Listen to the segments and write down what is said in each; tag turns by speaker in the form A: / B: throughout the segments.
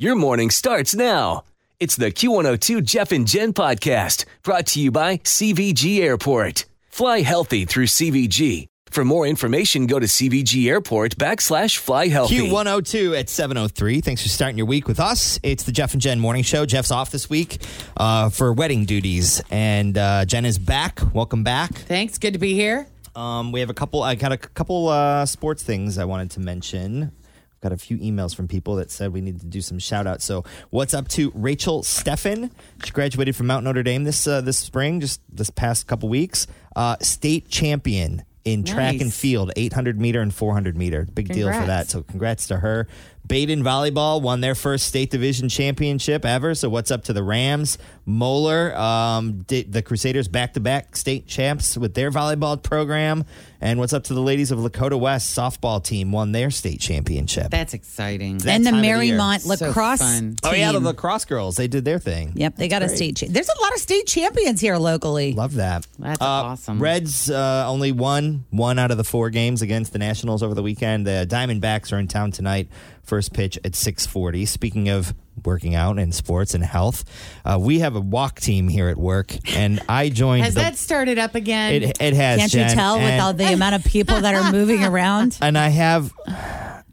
A: Your morning starts now. It's the Q102 Jeff and Jen podcast brought to you by CVG Airport. Fly healthy through CVG. For more information, go to CVG Airport backslash fly healthy.
B: Q102 at 7.03. Thanks for starting your week with us. It's the Jeff and Jen Morning Show. Jeff's off this week uh, for wedding duties, and uh, Jen is back. Welcome back.
C: Thanks. Good to be here.
B: Um, we have a couple, I got a c- couple uh, sports things I wanted to mention. I've got a few emails from people that said we need to do some shout outs. So, what's up to Rachel Steffen? She graduated from Mount Notre Dame this, uh, this spring, just this past couple weeks. Uh, state champion in track and
C: Nice.
B: field field 800 meter and 400 meter big deal for
C: Congrats.
B: that so congrats to her baden volleyball won their first state division championship ever so what's up to the rams moeller um, did the crusaders back-to-back state champs with their volleyball program and what's up to the ladies of lakota west softball team won their state championship
D: That's exciting.
B: that
E: and the
B: time of the year.
E: Marymount
D: So
E: lacrosse.
D: fun.
B: oh yeah the
E: team.
B: lacrosse girls they did their thing
E: Yep, they got a state. Cha- There's a lot of state champions here locally.
B: Love that.
D: That's
B: Uh,
D: awesome.
B: Reds uh, only won one out of the four games against the Nationals over the weekend. The Diamondbacks are in town tonight. First pitch at 6:40. Speaking of working out and sports and health, uh, we have a walk team here at work, and I joined.
D: Has
B: the-
D: that started up again?
B: it, it has.
E: Can't
B: Jen,
E: you tell with
B: and-
E: all the amount of people that are moving around?
B: And I have,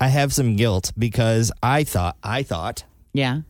B: I have some guilt because I thought, I thought
D: yeah.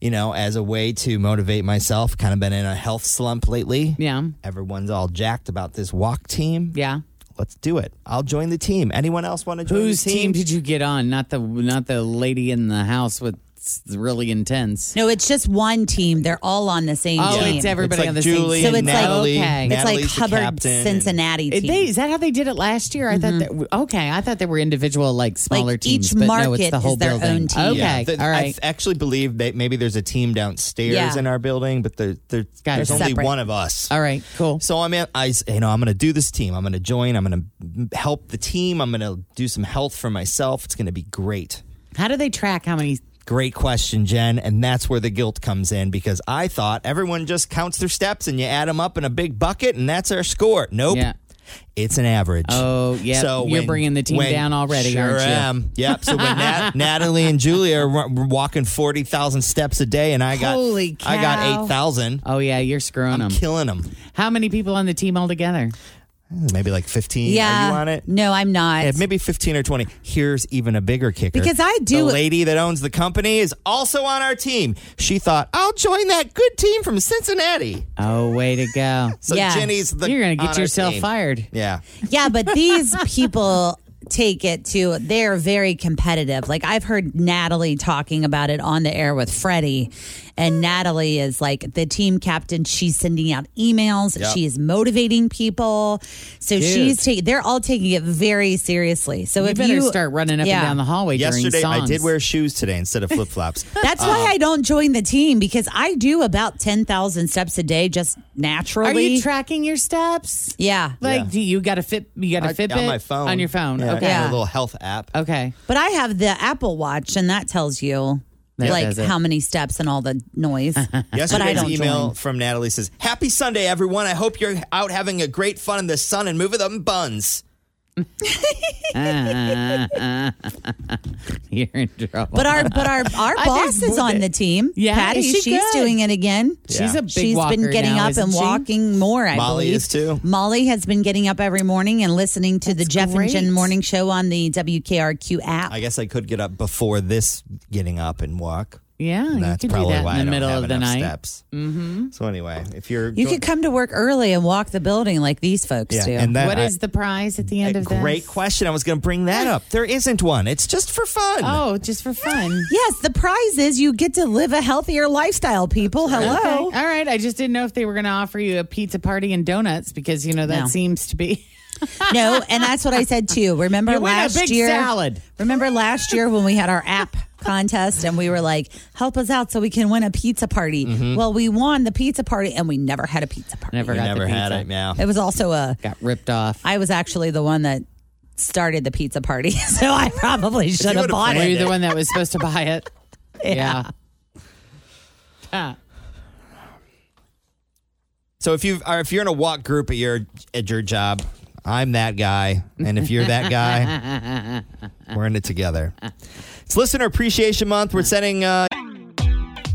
B: you know, as a way to motivate myself. Kind of been in a health slump lately.
D: Yeah.
B: Everyone's all jacked about this walk team.
D: Yeah.
B: Let's do it. I'll join the team. Anyone else want to join
D: Whose
B: the
D: team did you get on? Not the not the lady in the house with s- really intense.
E: No, it's just one team. They're all on the same
D: Oh,
E: team.
D: it's everybody
B: like
D: on the
B: Julie
D: same.
E: So it's like-
B: Natalie.
D: Okay. It's
E: It's like
B: Natalie's the
E: Hubbard
B: captain, and-
E: Cincinnati
D: It-
E: team.
D: they- is that how they did it last year? I thought that okay. I thought they were individual Mm-hmm. like smaller
E: Like,
D: teams,
E: each
D: but no,
E: market
D: it's the
E: is
D: whole
E: their
D: building.
E: own team.
D: Okay,
B: Yeah, the-
D: all
B: I
D: right.
B: th- actually believe that maybe there's a team downstairs
E: Yeah.
B: in our building, but there, there,
D: Got it.
B: there's only
E: Separate.
B: one of us.
D: all right, cool.
B: So I'm in, I s- you know I'm going to do this team. I'm going to join. I'm going to help the team. I'm going to do some health for myself. It's going to be great.
D: How do they track how many?
B: Great question, Jen. And that's where the guilt comes in because I thought everyone just counts their steps and you add them up in a big bucket and that's our score. Nope.
D: Yeah.
B: It's an average.
D: Oh, yep. You're bringing the team down already,
B: sure
D: aren't you?
B: am. Yep. So when Nat, Natalie and Julia are wa- walking forty thousand steps a day, and I got
D: Holy
B: I got
D: cow.
B: eight thousand.
D: Oh yeah, you're screwing them.
B: Killing them.
D: How many people on the team altogether?
B: Maybe like fifteen.
E: yeah.
B: Are you on it?
E: No, I'm not.
B: Yeah, maybe 15 or 20. Here's even a bigger kicker.
E: Because I do-
B: The lady that owns the company is also on our team. She thought, I'll join that good team from Cincinnati.
D: Oh, way to go!
B: So
E: Yeah.
B: Jenny's the.
D: you're gonna
B: on
D: get
B: our
D: yourself
B: team.
D: fired.
B: Yeah.
E: Yeah, but these people take it to they're very competitive. Like I've heard Natalie talking about it on the air with Freddie. And Natalie is like the team captain. She's sending out emails.
B: Yep.
E: She is motivating people. So she's taking they're all taking it very seriously. So
D: You
E: if
D: better
E: you
D: start running up
E: Yeah.
D: and down the hallway
B: Yesterday,
D: during songs.
B: I did wear shoes today instead of flip flops.
E: That's why I don't join the team because I do about 10,000 steps a day just naturally.
D: Are you tracking your steps?
E: yeah.
D: Like,
B: Yeah.
D: do you got a fit? You got a Fitbit
B: on my phone.
D: on your phone?
B: Yeah, I
D: Okay.
B: got
E: Yeah.
B: A little health app.
D: Okay.
E: But I have the Apple Watch, and that tells you
D: That
E: like
D: does it.
E: how many steps and all the noise. but I
B: Yesterday's
E: don't
B: email
E: join.
B: from Natalie says, Happy Sunday, everyone. I hope you're out having a great fun in the sun and moving them buns.
D: You're in trouble.
E: But our but our our boss is on the team.
D: Yeah,
E: Patty,
D: is she
E: she's
D: good?
E: doing it again.
B: Yeah.
D: she's a big
E: She's been
D: walker
E: getting up
D: now,
E: and
D: isn't she?
E: walking more. I
B: Molly
E: believe.
B: is too.
E: Molly has been getting up every morning and listening to the Jeff
D: great.
E: and Jen Morning Show on the WKRQ app.
B: I guess I could get up before this getting up and walk.
D: Yeah, Oh, you
B: That's
D: could do
B: probably
D: that
B: why
D: in the
B: I don't
D: middle
B: have
D: of the
B: enough
D: night.
B: steps. Mm-hmm. So anyway, if you're
E: you
B: go-
E: could come to work early and walk the building like these folks
B: yeah,
E: do.
B: and then
D: What is
B: I-
D: the prize at the
B: a
D: end of that?
B: great question. I was going to bring that up. There isn't one. It's just for fun.
D: Oh, just for fun.
E: yes, the prize is you get to live a healthier lifestyle. People, hello.
D: Okay. All right. I just didn't know if they were going to offer you a pizza party and donuts because you know that
E: No.
D: seems to be.
E: No, and that's what I said too. Remember
D: You win a
E: last
D: big
E: year?
D: salad.
E: Remember last year when we had our app contest and we were like, help us out so we can win a pizza party. Well, we won the pizza party and we never had a pizza party.
D: Mm-hmm. Never
B: We
D: got the
B: never
D: pizza.
B: had it. Yeah.
E: It was also a,
D: Got ripped off.
E: I was actually the one that started the pizza party. So I probably should have
B: would've
E: bought
D: Were
E: it.
D: you the one that was supposed to buy it? yeah. Ah.
B: So if you are if you're in a walk group at your at your job, I'm that guy, and if you're that guy, we're in it together. It's Listener Appreciation Month. We're sending uh,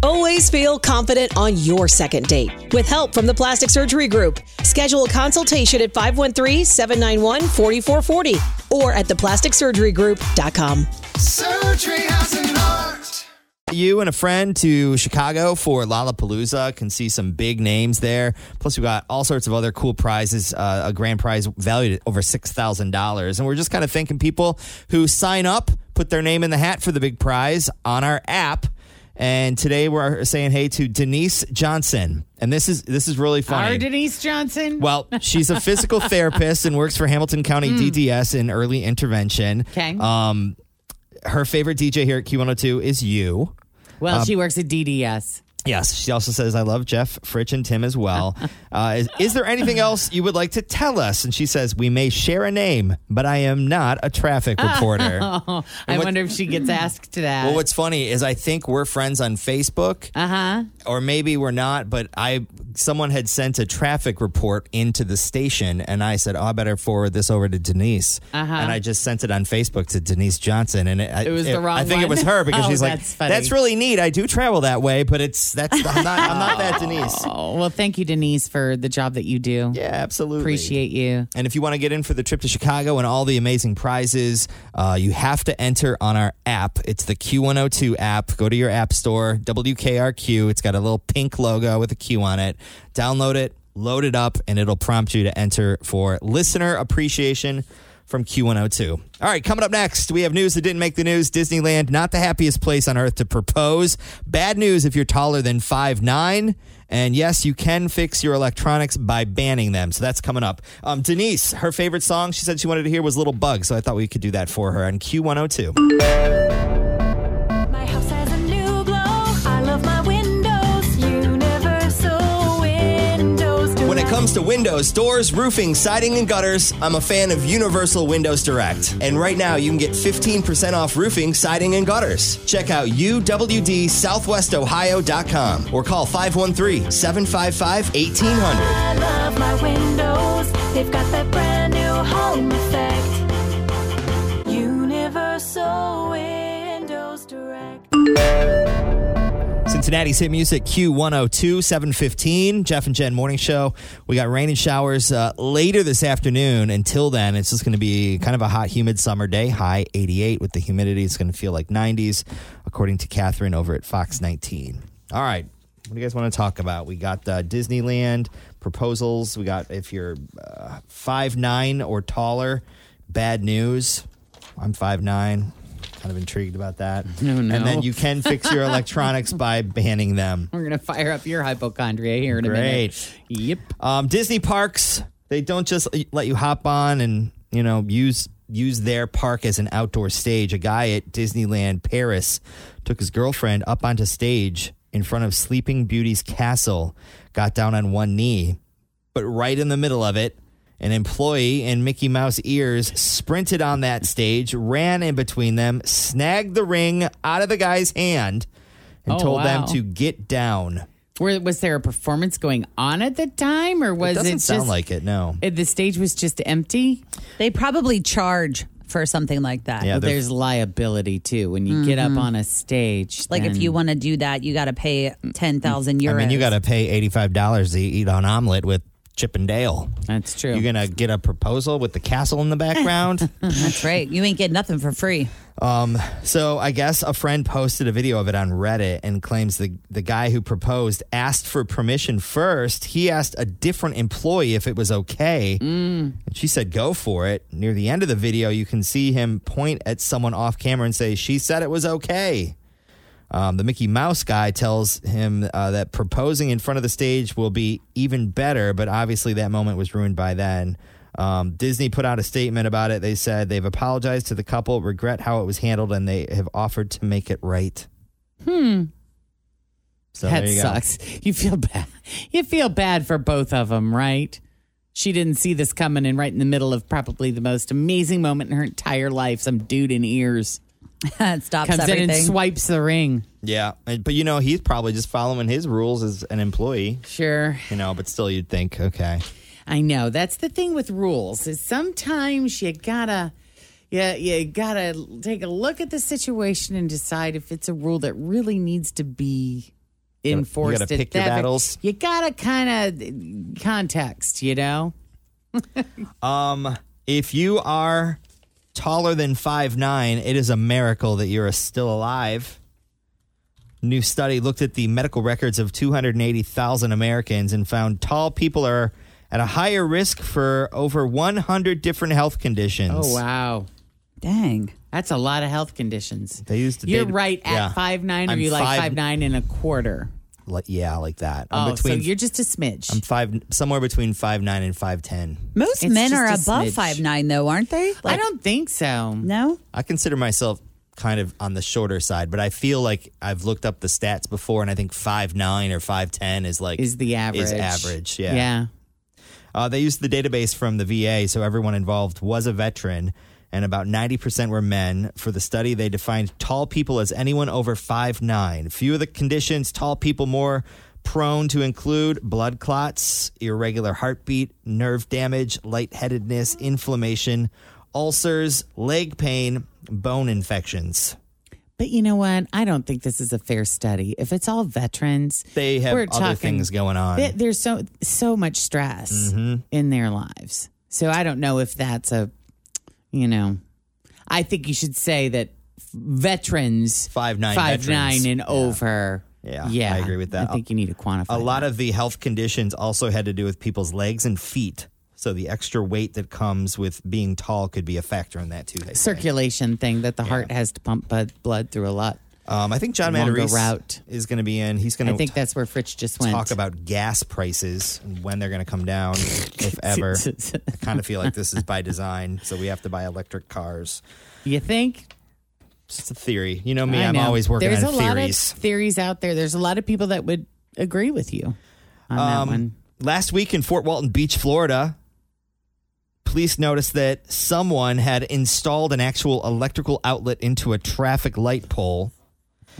F: Always feel confident on your second date. With help from the Plastic Surgery Group, schedule a consultation at 513 791 4440 or at theplasticsurgerygroup.com.
G: Surgery has an art.
B: you and a friend to Chicago for Lollapalooza. Can see some big names there. Plus, we got all sorts of other cool prizes. Uh, a grand prize valued at over six thousand dollars. And we're just kind of thanking people who sign up, put their name in the hat for the big prize on our app. And today we're saying hey to Denise Johnson. And this is this is really funny.
D: Our Denise Johnson.
B: Well, she's a physical therapist and works for Hamilton County DDS in early intervention.
D: Okay.
B: Um, her favorite DJ here at Q102 is you.
D: well,
B: um,
D: she works at DDS.
B: Yes. She also says, I love Jeff, Fritch, and Tim as well. uh, is, is there anything else you would like to tell us? And she says, We may share a name, but I am not a traffic reporter.
D: Oh, I
B: what-
D: wonder if she gets asked to that.
B: Well, what's funny is I think we're friends on Facebook,
D: uh huh.
B: or maybe we're not. But I, someone had sent a traffic report into the station, and I said, "Oh, I better forward this over to Denise." And I just sent it on Facebook to Denise Johnson, and it, I-
D: Uh-huh. It was the wrong
B: I think it
D: one.
B: was her because
D: Oh,
B: she's like,
D: that's funny.
B: really neat. I do travel that way, but it's that's I'm not I'm not that Denise."
D: Oh, well, thank you, Denise, for the job that you do.
B: Yeah, absolutely.
D: Appreciate you.
B: And if you want to get in for the trip to Chicago and all the amazing prizes, uh, you have to enter on our app. It's the Q102 app. Go to your app store, WKRQ. It's got a little pink logo with a Q on it. Download it, load it up, and it'll prompt you to enter for listener appreciation from Q102. All right, coming up next, we have news that didn't make the news. Disneyland, not the happiest place on earth to propose. Bad news if you're taller than 5'9. And yes, you can fix your electronics by banning them. So that's coming up. Um, Denise, her favorite song she said she wanted to hear was Little Bug. So I thought we could do that for her on Q102.
H: My house has a new glow. I love my windows. Universal windows.
B: When it comes to windows, doors, roofing, siding, and gutters, I'm a fan of Universal Windows Direct. And right now, you can get 15% off roofing, siding, and gutters. Check out uwdsouthwestohio.com or call 513 755 1800.
H: I love my windows. They've got that brand new home effect. Universal Windows Direct.
B: Cincinnati's hit music Q102 715 Jeff and Jen morning show. We got rain and showers uh, later this afternoon. Until then, it's just going to be kind of a hot, humid summer day. High 88 with the humidity. It's going to feel like 90s, according to Catherine over at Fox 19. All right, what do you guys want to talk about? We got uh, Disneyland proposals. We got if you're uh, five nine or taller, bad news. I'm five nine. Kind of intrigued about that.
D: No, no.
B: And then you can fix your electronics by banning them.
D: We're going to fire up your hypochondria here in a
B: Great.
D: minute. Yep.
B: Um, Disney parks, they don't just let you hop on and, you know, use use their park as an outdoor stage. A guy at Disneyland Paris took his girlfriend up onto stage in front of Sleeping Beauty's castle, got down on one knee, but right in the middle of it, an employee in Mickey Mouse ears sprinted on that stage, ran in between them, snagged the ring out of the guy's hand, and
D: Oh,
B: told them
D: wow.
B: to get down.
D: Were, was there a performance going on at the time, or was
B: it
D: it,
B: doesn't sound
D: just
B: like it, no.
D: uh, the stage was just empty?
E: They probably charge for something like that.
B: Yeah,
D: Well,
B: they're-
D: there's liability too when you get up on a stage.
E: Like if
D: then-
E: you want to do that, you got to pay 10,000 euros.
B: I mean, you got to pay eighty-five dollars to eat an omelet with Chip and Dale.
D: that's true.
B: You're gonna get a proposal with the castle in the background.
E: That's right. You ain't getting nothing for free.
B: so I guess a friend posted a video of it on Reddit and claims the the guy who proposed asked for permission first. He asked a different employee if it was okay, and she said go for it. Near the end of the video, you can see him point at someone off camera and say, "She said it was okay." Um, the Mickey Mouse guy tells him uh, that proposing in front of the stage will be even better, but obviously that moment was ruined by then. Um, Disney put out a statement about it. They said they've apologized to the couple, regret how it was handled, and they have offered to make it right. Hmm. So
D: that
B: there you go.
D: sucks. You feel bad. You feel bad for both of them, right? She didn't see this coming, and right in the middle of probably the most amazing moment in her entire life, some dude in ears
E: it stops
D: comes
E: everything.
D: in and swipes the ring.
B: Yeah, and- but you know he's probably just following his rules as an employee.
D: Sure.
B: You know, but still, you'd think, okay,
D: I know. That's the thing with rules is sometimes you gotta yeah, you gotta take a look at the situation and decide if it's a rule that really needs to be
B: gotta- you
D: enforced.
B: gotta
D: at
B: pick your
D: that-
B: battles.
D: You gotta kind of context, you know.
B: um, if you are taller than five nine, it is a miracle that you're still alive. New study looked at the medical records of 280,000 Americans and found tall people are at a higher risk for over 100 different health conditions.
D: Oh wow,
E: Dang.
D: that's a lot of health conditions.
B: They used to
D: You're
B: date-
D: right at
B: yeah.
D: five nine, or
B: I'm
D: you like
B: five-
D: five nine and a quarter.
B: Like- yeah, like that.
D: Oh, so you're just a smidge.
B: I'm five, somewhere between five nine and five ten.
E: Most
D: It's
E: men
D: just
E: are
D: a
E: above
D: smidge.
E: five nine, though, aren't they?
D: I don't think so.
E: No.
B: I consider myself kind of on the shorter side, but I feel like I've looked up the stats before, and I think five nine or five ten is like
D: Is the average
B: Is average, yeah.
D: Yeah.
B: Uh, they used the database from the VA, so everyone involved was a veteran, and about ninety percent were men. For the study, they defined tall people as anyone over five nine. Few of the conditions tall people more prone to include blood clots, irregular heartbeat, nerve damage, lightheadedness, inflammation, ulcers, leg pain, bone infections.
D: But you know what? I don't think this is a fair study. If it's all veterans,
B: They have
D: we're
B: other
D: talking,
B: things going on.
D: Th- there's so so much stress
B: Mm-hmm.
D: in their lives. So I don't know if that's a, you know, I think you should say that veterans
B: Five nine
D: five
B: veterans.
D: nine and over.
B: Yeah, I agree with that.
D: I think you need to quantify
B: A lot of the health conditions also had to do with people's legs and feet. So the extra weight that comes with being tall could be a factor in that too. they say.
D: circulation thing that the heart has to pump bud- blood through a lot.
B: Um, I think John
D: Longer
B: Mandarese
D: route.
B: is going to be in. He's going
D: I
B: to
D: think that's where Fritz just went.
B: talk about gas prices and when they're going to come down, if ever. I kind of feel like this is by design, so we have to buy electric cars.
D: you think
B: It's a theory. You know me;
D: I
B: I'm
D: know.
B: always working
D: There's
B: on
D: a
B: theories.
D: lot of theories out there. There's a lot of people that would agree with you on that one.
B: Um, Last week in Fort Walton Beach, Florida, police noticed that someone had installed an actual electrical outlet into a traffic light pole.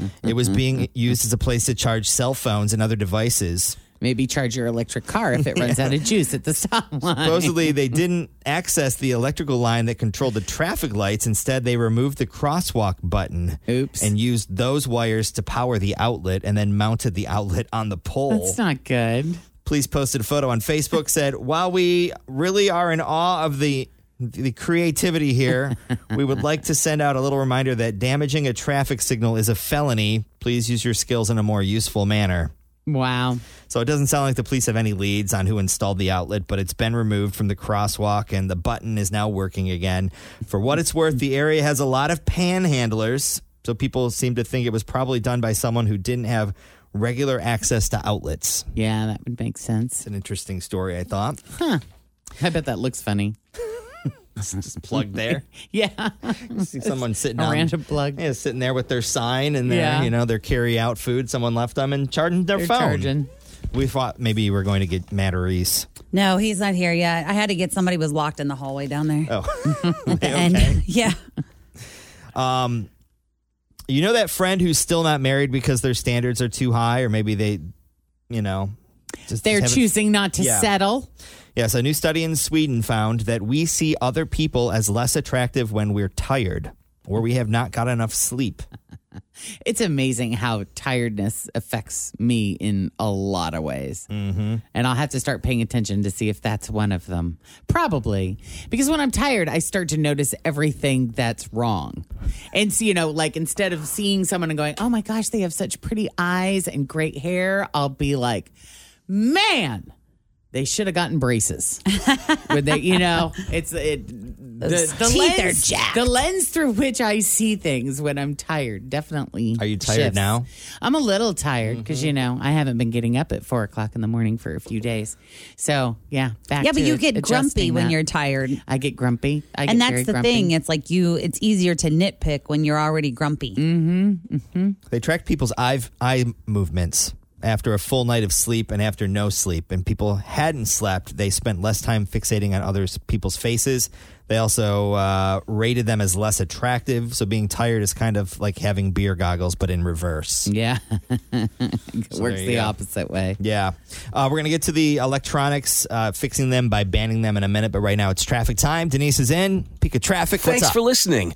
D: Mm-hmm.
B: It was being used as a place to charge cell phones and other devices.
D: Maybe charge your electric car if it runs out of juice at the stop line.
B: Supposedly, they didn't access the electrical line that controlled the traffic lights. Instead, they removed the crosswalk button
D: Oops.
B: and used those wires to power the outlet and then mounted the outlet on the pole.
D: That's not good.
B: Police posted a photo on Facebook said, "While we really are in awe of the the creativity here, we would like to send out a little reminder that damaging a traffic signal is a felony. Please use your skills in a more useful manner."
D: Wow.
B: So it doesn't sound like the police have any leads on who installed the outlet, but it's been removed from the crosswalk and the button is now working again. For what it's worth, the area has a lot of panhandlers, so people seem to think it was probably done by someone who didn't have regular access to outlets.
D: Yeah, that would make sense.
B: It's an interesting story, I thought.
D: I bet that looks funny.
B: just plugged there.
D: Yeah.
B: See someone sitting
D: a
B: on,
D: random plug.
B: Yeah, sitting there with their sign and their,
D: Yeah.
B: you know, their carry out food. Someone left them and charging their
D: They're
B: phone.
D: charging.
B: We thought maybe we were going to get Matterese.
E: No, he's not here yet. I had to get somebody was locked in the hallway down there.
B: Oh,
E: at the end. yeah.
B: you know that friend who's still not married because their standards are too high, or maybe they, you know, just
D: They're
B: haven't-
D: choosing not to
B: Yeah.
D: settle.
B: Yes, a new study in Sweden found that we see other people as less attractive when we're tired or we have not got enough sleep.
D: It's amazing how tiredness affects me in a lot of ways. Mm-hmm. And I'll have to start paying attention to see if that's one of them. Probably. Because when I'm tired, I start to notice everything that's wrong. And so, you know, like instead of seeing someone and going, oh my gosh, they have such pretty eyes and great hair, I'll be like, man, They should have gotten braces. Would they, you know, it's it.
E: Those teeth are
D: lens,
E: jacked.
D: the lens through which I see things when I'm tired definitely.
B: Are you tired
D: shifts.
B: now? Mm-hmm.
D: I'm a little tired because you know I haven't been getting up at four o'clock in the morning for a few days. So yeah, back
E: yeah, but
D: to
E: you get grumpy
D: adjusting
E: when
D: that.
E: you're tired.
D: I get grumpy. I get
E: and
D: very
E: that's the
D: grumpy.
E: thing. It's like you, it's easier to nitpick when you're already grumpy.
B: They tracked people's eye, eye movements after a full night of sleep and after no sleep. And people hadn't slept. They spent less time fixating on other people's faces. They also uh, rated them as less attractive. So being tired is kind of like having beer goggles, but in reverse.
D: Yeah, it
B: So
D: works
B: there you
D: the
B: go.
D: opposite way.
B: Yeah. Uh, we're going to get to the electronics, uh, fixing them by banning them in a minute. But right now it's traffic time. Denise is in. Peak of traffic.
A: Thanks
B: What's
A: for
B: up?
A: listening